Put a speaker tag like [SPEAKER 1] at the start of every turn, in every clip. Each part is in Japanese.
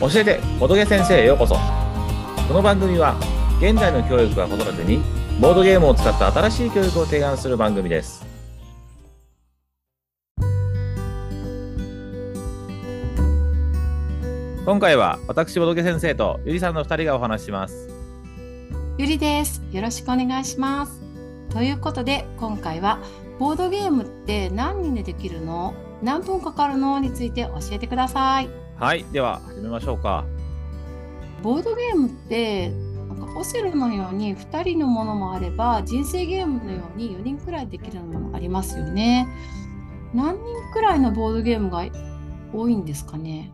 [SPEAKER 1] 教えて仏先生へようこそこの番組は現在の教育は子育てにボードゲームを使った新しい教育を提案する番組です今回は私仏先生とゆりさんの二人がお話しします
[SPEAKER 2] ゆりです。よろしくお願いします。ということで今回はボードゲームって何人でできるの何分かかるのについて教えてください。
[SPEAKER 1] はいでは始めましょうか
[SPEAKER 2] ボードゲームってなんかオセロのように2人のものもあれば人生ゲームのように4人くらいできるのもありますよね。何人くらいのボードゲームが多いんですかね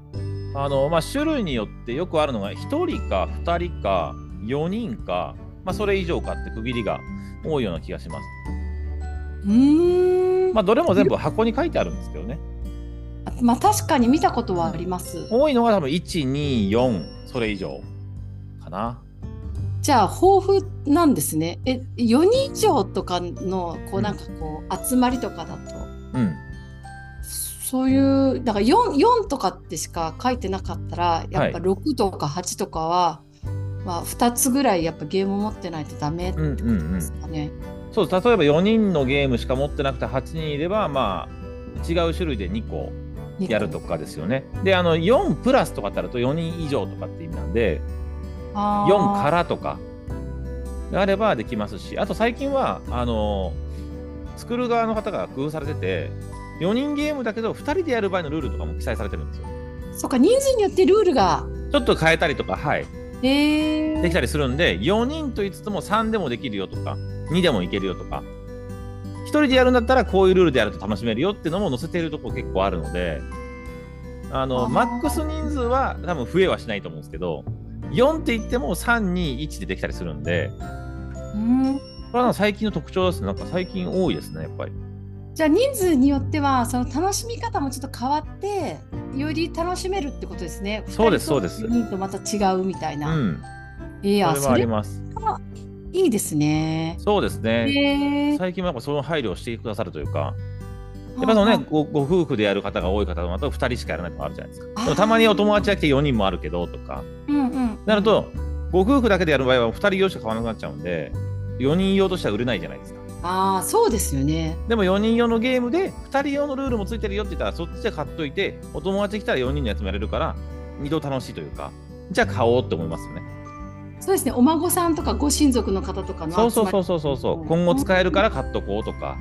[SPEAKER 1] あのまあ、種類によってよくあるのが1人か2人か4人か、まあ、それ以上かって区切りが多いような気がします。
[SPEAKER 2] うーん、
[SPEAKER 1] ま
[SPEAKER 2] ま
[SPEAKER 1] あ、どれも全部箱に書いてあるんですけどね。
[SPEAKER 2] まあ確かに見たことはあります。
[SPEAKER 1] 多いのが多分1、2、4、それ以上かな。
[SPEAKER 2] じゃあ豊富なんですね。え、4人以上とかのこうなんかこう集まりとかだと、
[SPEAKER 1] うん。
[SPEAKER 2] そういうだから 4, 4とかってしか書いてなかったら、やっぱ6とか8とかは、まあ2つぐらいやっぱゲーム持ってないとダメって
[SPEAKER 1] う
[SPEAKER 2] こ
[SPEAKER 1] んうん
[SPEAKER 2] と
[SPEAKER 1] うん
[SPEAKER 2] ですかね。
[SPEAKER 1] そうです。例えば4人のゲームしか持ってなくて8人いれば、まあ、違う種類で2個
[SPEAKER 2] 二個
[SPEAKER 1] やるとかですよね。で、あの4プラスとかってあると4人以上とかって意味なんで、
[SPEAKER 2] あー
[SPEAKER 1] 4からとかであればできますしあと最近はあの作る側の方が工夫されてて4人ゲームだけど2人でやる場合のルールとかも記載されてるんですよ
[SPEAKER 2] そうか人数によってルールが。
[SPEAKER 1] ちょっと変えたりとかはい
[SPEAKER 2] えー、
[SPEAKER 1] できたりするんで4人と言いつつも3でもできるよとか2でもいけるよとか1人でやるんだったらこういうルールでやると楽しめるよっていうのも載せているとこ結構あるのであの
[SPEAKER 2] あー
[SPEAKER 1] マックス人数は多分増えはしないと思うんですけど4って言っても321でできたりするんで
[SPEAKER 2] うん
[SPEAKER 1] これはなんか最近の特徴ですね。なんか最近多いですね、やっぱり。
[SPEAKER 2] じゃあ人数によってはその楽しみ方もちょっと変わってより楽しめるってことですね。
[SPEAKER 1] そうですそ
[SPEAKER 2] 二人とか
[SPEAKER 1] うです
[SPEAKER 2] 四人とまた違うみたいうな。
[SPEAKER 1] ん。
[SPEAKER 2] い
[SPEAKER 1] そ
[SPEAKER 2] や
[SPEAKER 1] れは
[SPEAKER 2] そ
[SPEAKER 1] あ
[SPEAKER 2] れ
[SPEAKER 1] ります。
[SPEAKER 2] いいですね。
[SPEAKER 1] そうですね。
[SPEAKER 2] へえ
[SPEAKER 1] 最近はやっぱその配慮をしてくださるというか、やっぱそのね、ごご夫婦でやる方が多い方だと2人しかやらないとかあるじゃないですか。でもたまにお友達が来て4人もあるけどとか、
[SPEAKER 2] うんうん、
[SPEAKER 1] なると、ご夫婦だけでやる場合は2人用しか買わなくなっちゃうんで、4人用としては売れないじゃないですか。
[SPEAKER 2] ああそうですよね。
[SPEAKER 1] でも4人用のゲームで2人用のルールもついてるよって言ったらそっちで買っといてお友達来たら4人のやつもやれるから2度楽しいというかじゃあ買おうって思いますよね。
[SPEAKER 2] そうですねお孫さんとかご親族の方とかの
[SPEAKER 1] そうそうそう
[SPEAKER 2] う
[SPEAKER 1] そうそうそう今後使えるから買っとこうとか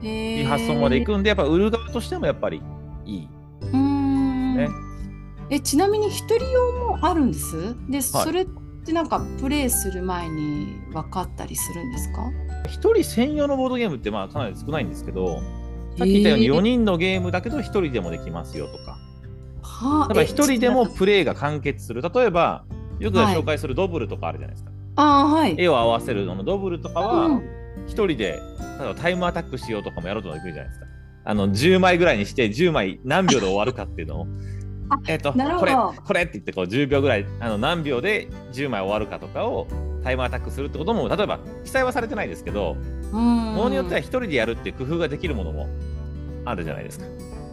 [SPEAKER 1] い
[SPEAKER 2] い
[SPEAKER 1] い発想までいくんでやっぱ売る側としてもやっぱりいい、
[SPEAKER 2] うーん、
[SPEAKER 1] ね
[SPEAKER 2] えちなみに一人用もあるんですで、それってなんかプレイする前に分かったりするんですか
[SPEAKER 1] 1人専用のボードゲームってまあかなり少ないんですけどさっき言ったように4
[SPEAKER 2] 人、
[SPEAKER 1] 人のゲームだけど1人でもできますよとか
[SPEAKER 2] は
[SPEAKER 1] 例えば1人でもプレイが完結する例えばよく
[SPEAKER 2] はい
[SPEAKER 1] 紹介するドブルとかあるじゃないですか、
[SPEAKER 2] ああはい
[SPEAKER 1] 絵を合わせるののドブルとかは
[SPEAKER 2] うん
[SPEAKER 1] 1人で例えばタイムアタックしようとかもやろうとできるじゃないですかあの10枚ぐらいにして10枚何秒で終わるかっていうのを
[SPEAKER 2] あ
[SPEAKER 1] えっと
[SPEAKER 2] なる
[SPEAKER 1] こ
[SPEAKER 2] ほ
[SPEAKER 1] れ
[SPEAKER 2] ど
[SPEAKER 1] これって言ってこう10秒ぐらいあの何秒で10枚終わるかとかをタイムアタックするってことも例えば記載はされてないですけど
[SPEAKER 2] うん
[SPEAKER 1] ものによっては1人でやるっていう工夫ができるものもあるじゃないですか。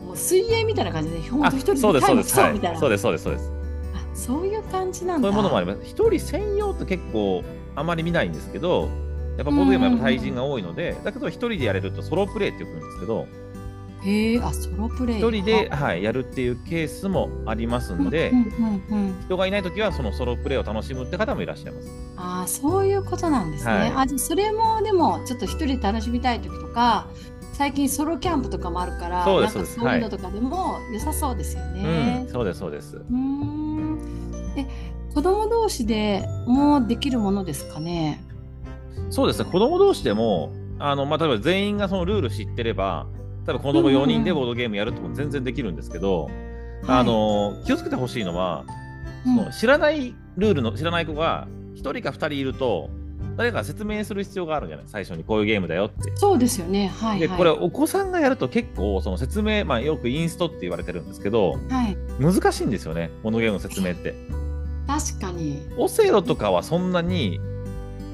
[SPEAKER 2] もう水泳みたいな感じでほんと一人で
[SPEAKER 1] そうですそうです、
[SPEAKER 2] タ
[SPEAKER 1] は
[SPEAKER 2] イム競うみたい
[SPEAKER 1] い、
[SPEAKER 2] な、
[SPEAKER 1] そうですそうですそうです
[SPEAKER 2] あそういう感じなん
[SPEAKER 1] そう
[SPEAKER 2] だ
[SPEAKER 1] いうものもあります。1人専用って結構あまり見ないんですけどやっぱボードゲームはやっぱ対人が多いのでだけど1人でやれるとソロプレイって呼ぶんですけど。
[SPEAKER 2] へえあソロプレイ
[SPEAKER 1] 一人で、はい、やるっていうケースもありますので、
[SPEAKER 2] うんうんうんうん
[SPEAKER 1] 人がいないときはそのソロプレイを楽しむって方もいらっしゃいます。
[SPEAKER 2] ああそういうことなんですね。
[SPEAKER 1] はい
[SPEAKER 2] あじゃあそれもでもちょっと一人で楽しみたい時とか最近ソロキャンプとかもあるから
[SPEAKER 1] そうです
[SPEAKER 2] な
[SPEAKER 1] そう
[SPEAKER 2] んか
[SPEAKER 1] です
[SPEAKER 2] そういうのとかでも良さそうですよ
[SPEAKER 1] う
[SPEAKER 2] ね
[SPEAKER 1] ん、。そうですそうです。
[SPEAKER 2] うーんえ子供同士でもできるものですかね。
[SPEAKER 1] そうですね。子供同士でもあのまあ例えば全員がそのルール知ってれば、多分子供4人でボードゲームやるってことも全然できるんですけど、あの気をつけてほしいのは、
[SPEAKER 2] うん
[SPEAKER 1] その知らないルールの知らない子が一人か二人いると誰かが説明する必要があるんじゃない？最初にこういうゲームだよって。
[SPEAKER 2] そうですよね。はい、
[SPEAKER 1] で
[SPEAKER 2] はい
[SPEAKER 1] これお子さんがやると結構その説明、まあ、よくインストって言われてるんですけど、
[SPEAKER 2] はい、
[SPEAKER 1] 難しいんですよね、モノゲームの説明って。
[SPEAKER 2] 確かに。
[SPEAKER 1] オセロとかはそんなに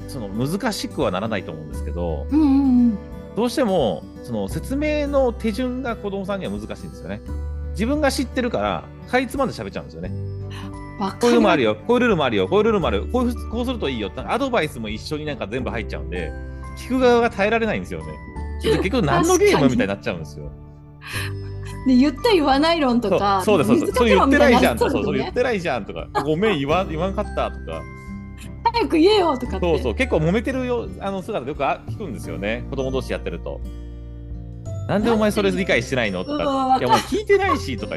[SPEAKER 1] その難しくはならないと思うんですけど、
[SPEAKER 2] うんうんうん。
[SPEAKER 1] どうしてもその説明の手順が子供さんには難しいんですよね。自分が知ってるから、かいつまんで喋っちゃうんですよね。
[SPEAKER 2] わ
[SPEAKER 1] こ
[SPEAKER 2] か
[SPEAKER 1] ういう
[SPEAKER 2] り
[SPEAKER 1] のも
[SPEAKER 2] ま
[SPEAKER 1] あるよ、こういうルールもあるよ、こういうルールもあるよ、こういうこうするといいよって、アドバイスも一緒になんか全部入っちゃうんで、聞く側が耐えられないんですよね。ちょっと結局何のゲームみたいになっちゃうんですよ。
[SPEAKER 2] で言った言わない論とか、
[SPEAKER 1] そうそうですそうです。それ
[SPEAKER 2] 水
[SPEAKER 1] 言
[SPEAKER 2] か
[SPEAKER 1] って
[SPEAKER 2] けろ
[SPEAKER 1] な
[SPEAKER 2] み
[SPEAKER 1] い
[SPEAKER 2] た
[SPEAKER 1] じゃ
[SPEAKER 2] なんっ
[SPEAKER 1] と
[SPEAKER 2] ちゃ
[SPEAKER 1] か、
[SPEAKER 2] う
[SPEAKER 1] そう
[SPEAKER 2] のね
[SPEAKER 1] そう言ってないじゃんとか、ごめん言わん言わんかったとか、
[SPEAKER 2] 早く言えよとかって。
[SPEAKER 1] そうそう結構揉めてるよあの姿よくあ聞くんですよね。子供同士やってると。なんでお前それ理解してないのと
[SPEAKER 2] う
[SPEAKER 1] か
[SPEAKER 2] わ、
[SPEAKER 1] いやもう聞いてないしとか、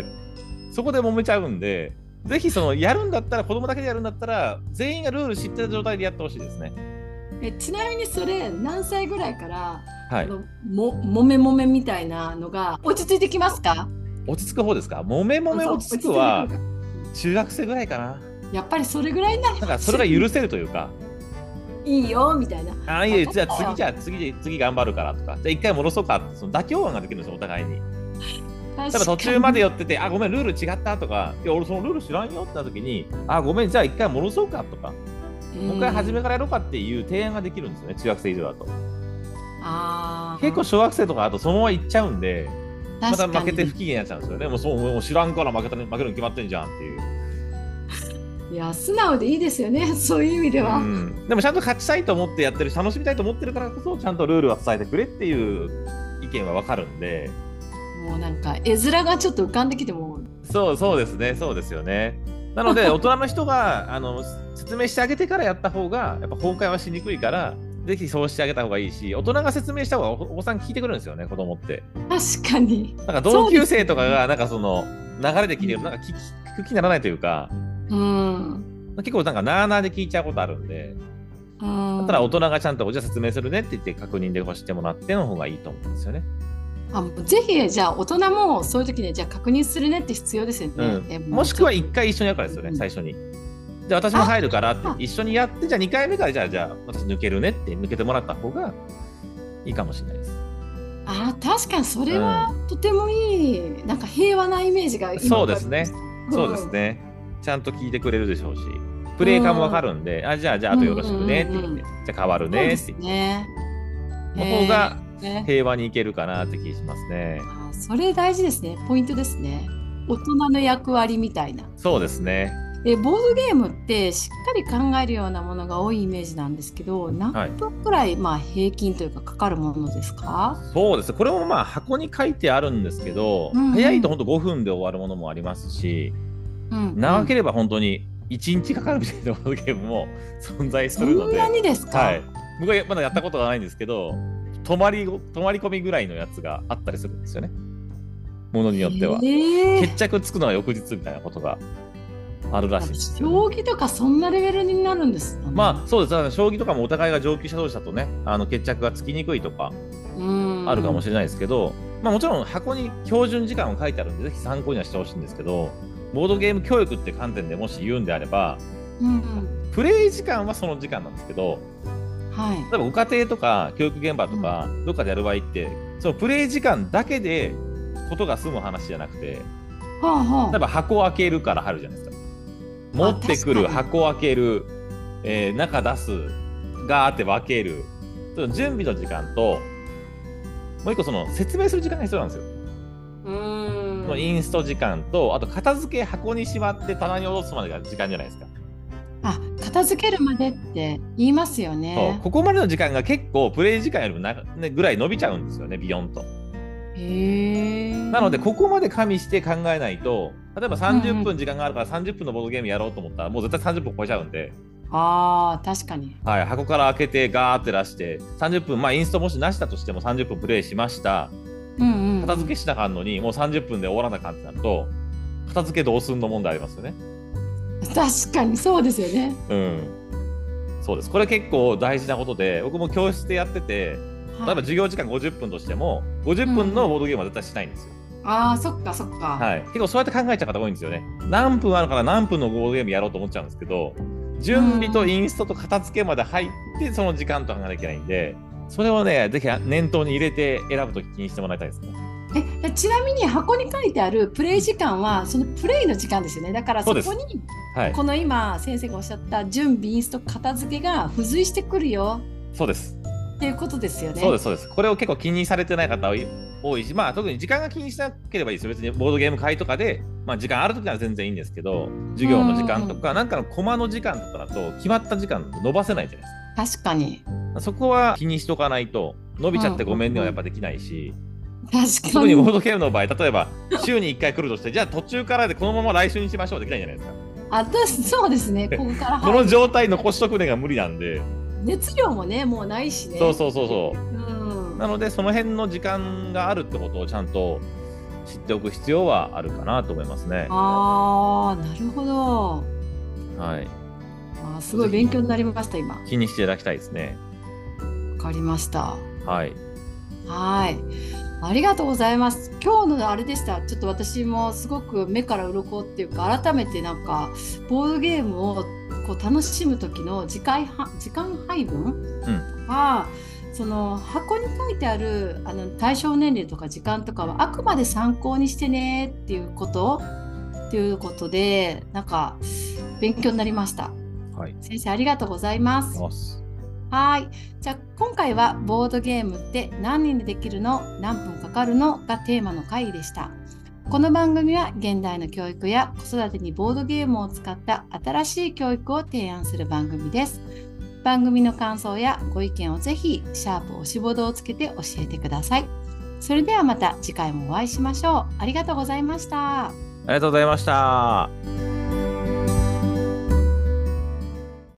[SPEAKER 1] そこで揉めちゃうんで、ぜひそのやるんだったら子供だけでやるんだったら全員がルール知ってる状態でやってほしいですね。
[SPEAKER 2] えちなみにそれ何歳ぐらいから、
[SPEAKER 1] は
[SPEAKER 2] あ
[SPEAKER 1] い。
[SPEAKER 2] のももめもめみたいなのが落ち着いてきますか？
[SPEAKER 1] 落ち着く方ですか。揉め揉め
[SPEAKER 2] そう
[SPEAKER 1] 落ち着くは
[SPEAKER 2] 落ち着いてくる
[SPEAKER 1] 中学生ぐらいかな。
[SPEAKER 2] かやっぱりそれぐらいになり
[SPEAKER 1] なん
[SPEAKER 2] ま
[SPEAKER 1] か
[SPEAKER 2] す
[SPEAKER 1] それが許せるというか。
[SPEAKER 2] いいよみたいな。
[SPEAKER 1] ああいいよ
[SPEAKER 2] わ
[SPEAKER 1] じ
[SPEAKER 2] か
[SPEAKER 1] ゃ
[SPEAKER 2] っ
[SPEAKER 1] あ
[SPEAKER 2] たよ
[SPEAKER 1] 次じゃあ次で次頑張るからとかじゃあ一回戻そうかってその妥協案ができるんですよお互いに
[SPEAKER 2] 確
[SPEAKER 1] 例え
[SPEAKER 2] か
[SPEAKER 1] ば
[SPEAKER 2] に
[SPEAKER 1] 途中まで寄っててあごめんルール違ったとかいや俺そのルール知らんよってなった時にあごめんじゃあ一回戻そうかとかもう一回初め
[SPEAKER 2] うん
[SPEAKER 1] からやろうかっていう提案ができるんですよね中学生以上だと
[SPEAKER 2] あー
[SPEAKER 1] 結構小学生とかだとそのまま行っちゃうんでま
[SPEAKER 2] 確か
[SPEAKER 1] た負
[SPEAKER 2] に
[SPEAKER 1] けて不機嫌になっちゃうんですよねもうそうもう知らんから負けた負けるに決まってんじゃんっていう
[SPEAKER 2] いや素直でいいですよね そういう意味では、
[SPEAKER 1] うんでもちゃんと勝ちたいと思ってやってるし楽しみたいと思ってるからこそちゃんとルールは伝えてくれっていう意見はわかるんで
[SPEAKER 2] もうなんか絵面がちょっと浮かんできても
[SPEAKER 1] そうそうですね、そうですよね。なの で、大人の人があの説明してあげてからやった方が、やっぱ崩壊はしにくいから、ぜひそうしてあげた方がいいし、大人が説明した方がおお子さん聞いてくるんですよね、子供って。
[SPEAKER 2] 確かに、
[SPEAKER 1] なんか同級生とかが、なんかその流れで聞いてると、なんか聞聞く気にならないというか、
[SPEAKER 2] うん、
[SPEAKER 1] 結構なんかなあなあで聞いちゃうことあるんで、
[SPEAKER 2] うん
[SPEAKER 1] だったら大人がちゃんと、じゃあ説明するねって言って確認で欲してもらっての方がいいと思うんですよね。
[SPEAKER 2] あもうぜひじゃあ大人もそういう時にじゃあ確認するねって必要ですよね、え
[SPEAKER 1] もしくは
[SPEAKER 2] ちょ
[SPEAKER 1] 1回一緒にやるからですよね、
[SPEAKER 2] うん
[SPEAKER 1] 最初に。じゃあ私も入るから
[SPEAKER 2] あ
[SPEAKER 1] って一緒にやってじゃあ2回目からじゃあじゃあ私抜けるねって抜けてもらった方がいいかもしれないです。
[SPEAKER 2] あ確かにそれは
[SPEAKER 1] うん
[SPEAKER 2] とてもいい、なんか平和なイメージが今
[SPEAKER 1] そうですね
[SPEAKER 2] ん
[SPEAKER 1] そうですね。ちゃんと聞いてくれるでしょうし、プレイ感もわかるんで、あじゃあじゃああとよろしくねって言って、
[SPEAKER 2] うんうんうん
[SPEAKER 1] じゃあ変わる
[SPEAKER 2] そう
[SPEAKER 1] ね
[SPEAKER 2] で
[SPEAKER 1] っ
[SPEAKER 2] す
[SPEAKER 1] て言って、
[SPEAKER 2] ね
[SPEAKER 1] の方が
[SPEAKER 2] えーね
[SPEAKER 1] 平和にいけるかなって気しますね。
[SPEAKER 2] あそれ大事ですねポイントですね大人の役割みたいな
[SPEAKER 1] そうですね。
[SPEAKER 2] でボードゲームってしっかり考えるようなものが多いイメージなんですけど
[SPEAKER 1] はい
[SPEAKER 2] 何分くらい、まあ、平均というかかかるものですか
[SPEAKER 1] そうですこれもまあ箱に書いてあるんですけど、
[SPEAKER 2] うんうん
[SPEAKER 1] 早いと本当5分で終わるものもありますし、長け
[SPEAKER 2] れ
[SPEAKER 1] れば本当に1日かかるみたいなボードゲームも存在す
[SPEAKER 2] そ
[SPEAKER 1] るの
[SPEAKER 2] ん
[SPEAKER 1] で
[SPEAKER 2] な、にですか、
[SPEAKER 1] はい、僕はまだやったことがないんですけど泊まりご泊まり込みぐらいのやつがあったりするんですよねものによっては、
[SPEAKER 2] え
[SPEAKER 1] 決着つくのは翌日みたいなことがあるらしいんですよね、
[SPEAKER 2] 将棋とかそんなレベルになるんです、ね、
[SPEAKER 1] まあそうですだから将棋とかもお互いが上級者同士だとねあの決着がつきにくいとか
[SPEAKER 2] うん
[SPEAKER 1] あるかもしれないですけど、まあ、もちろん箱に標準時間を書いてあるんでぜひ参考にはしてほしいんですけどボードゲーム教育って観点でもし言うんであれば
[SPEAKER 2] うんうん
[SPEAKER 1] プレイ時間はその時間なんですけど
[SPEAKER 2] はい
[SPEAKER 1] 例えばご家庭とか教育現場とかどっかでやる場合ってそのプレイ時間だけでことが済む話じゃなくて例
[SPEAKER 2] はあは
[SPEAKER 1] えば箱を開けるから入るじゃないですか持ってく
[SPEAKER 2] あ
[SPEAKER 1] る
[SPEAKER 2] 確かに
[SPEAKER 1] 箱を開ける、えー中出すガーって分けるその準備の時間ともう一個その説明する時間が必要なんですよ
[SPEAKER 2] うーん
[SPEAKER 1] そのインスト時間とあと片付け箱にしまって棚に戻すまでが時間じゃないですか、
[SPEAKER 2] あ片付けるまでって言いますよ
[SPEAKER 1] そう
[SPEAKER 2] ね
[SPEAKER 1] ここまでの時間が結構プレイ時間よりも長ね、ぐらい伸びちゃうんですよねビヨンと。
[SPEAKER 2] へえ
[SPEAKER 1] なのでここまで加味して考えないと例えば
[SPEAKER 2] うんう
[SPEAKER 1] 30
[SPEAKER 2] ん
[SPEAKER 1] 分時間があるから30分のボードゲームやろうと思ったらもう絶対30分超えちゃうんで、
[SPEAKER 2] あー確かに
[SPEAKER 1] はい、箱から開けてガーって出して30分まあインストもしなしだとしても30分プレイしました
[SPEAKER 2] うんうん
[SPEAKER 1] 片付けしなあかんのにもう30分で終わらなあかんってなると片付けどうすんの問題ありますよね。
[SPEAKER 2] 確かにそうですよね
[SPEAKER 1] うんそうですこれ結構大事なことで僕も教室でやってて例えば
[SPEAKER 2] はい
[SPEAKER 1] 授業時間50分としても50分のボードゲームは絶対しないんですよ。
[SPEAKER 2] あーそっかそっか
[SPEAKER 1] はい、結構そうやって考えちゃう方多いんですよね。何分あるから何分のゴールゲームやろうと思っちゃうんですけど、準備とインストと片付けまで入って、その時間と考えなきゃいけないんで、それをね、ぜひ念頭に入れて選ぶとき気にしてもらいたいですね。
[SPEAKER 2] えちなみに箱に書いてあるプレイ時間はそのプレイの時間ですよねだから
[SPEAKER 1] そ
[SPEAKER 2] そう
[SPEAKER 1] です
[SPEAKER 2] こに
[SPEAKER 1] はい、
[SPEAKER 2] この今先生がおっしゃった準備インスト片付けが付随してくるよ
[SPEAKER 1] そうです。
[SPEAKER 2] っていうことですよね。
[SPEAKER 1] そうです、そうです。これを結構気にされてない方多い多いし、まあ特に時間が気にしなければいいですよ。別にボードゲーム会とかでまあ、時間ある時なら全然いいんですけど授業の時間とかなんかのコマの時間とかだと決まった時間伸ばせないじゃないですか。
[SPEAKER 2] 確かに
[SPEAKER 1] そこは気にしとかないと伸びちゃってごめんねはやっぱできないし、
[SPEAKER 2] 確か
[SPEAKER 1] 特に
[SPEAKER 2] に
[SPEAKER 1] ボードゲームの場合例えば週に1回来るとしてじゃあ途中からでこのまま来週にしましょうできないじゃないですか。
[SPEAKER 2] あだそうですねここから
[SPEAKER 1] こ
[SPEAKER 2] 入
[SPEAKER 1] の
[SPEAKER 2] る
[SPEAKER 1] 状態残しとくねが無理なんで、
[SPEAKER 2] 熱量もねもうないしね、、
[SPEAKER 1] そうそうそうそううんなのでその辺の時間があるってことをちゃんと知っておく必要はあるかなと思いますね。は
[SPEAKER 2] ああなるほど
[SPEAKER 1] い、
[SPEAKER 2] あーすごい勉強になりました今わ
[SPEAKER 1] 気にしていただきたいですね。
[SPEAKER 2] かりました
[SPEAKER 1] はい、
[SPEAKER 2] はい。ありがとうございます。今日のあれでした。ちょっと私もすごく目から鱗っていうか、改めてなんかボードゲームをこう楽しむ時の時間は時間配分が、その箱に書いてあるあの対象年齢とか時間とかはあくまで参考にしてねっていうことっていうことでなんか勉強になりました。
[SPEAKER 1] はい、
[SPEAKER 2] 先生ありがとうございます。
[SPEAKER 1] ます
[SPEAKER 2] はい。じゃあ今回はボードゲームって何人でできるの何分かかるのがテーマの会でした。この番組は現代の教育や子育てにボードゲームを使った新しい教育を提案する番組です。番組の感想やご意見をぜひシャープおしぼどをつけて教えてください。それではまた次回もお会いしましょう。ありがとうございました。
[SPEAKER 1] ありがとうございました。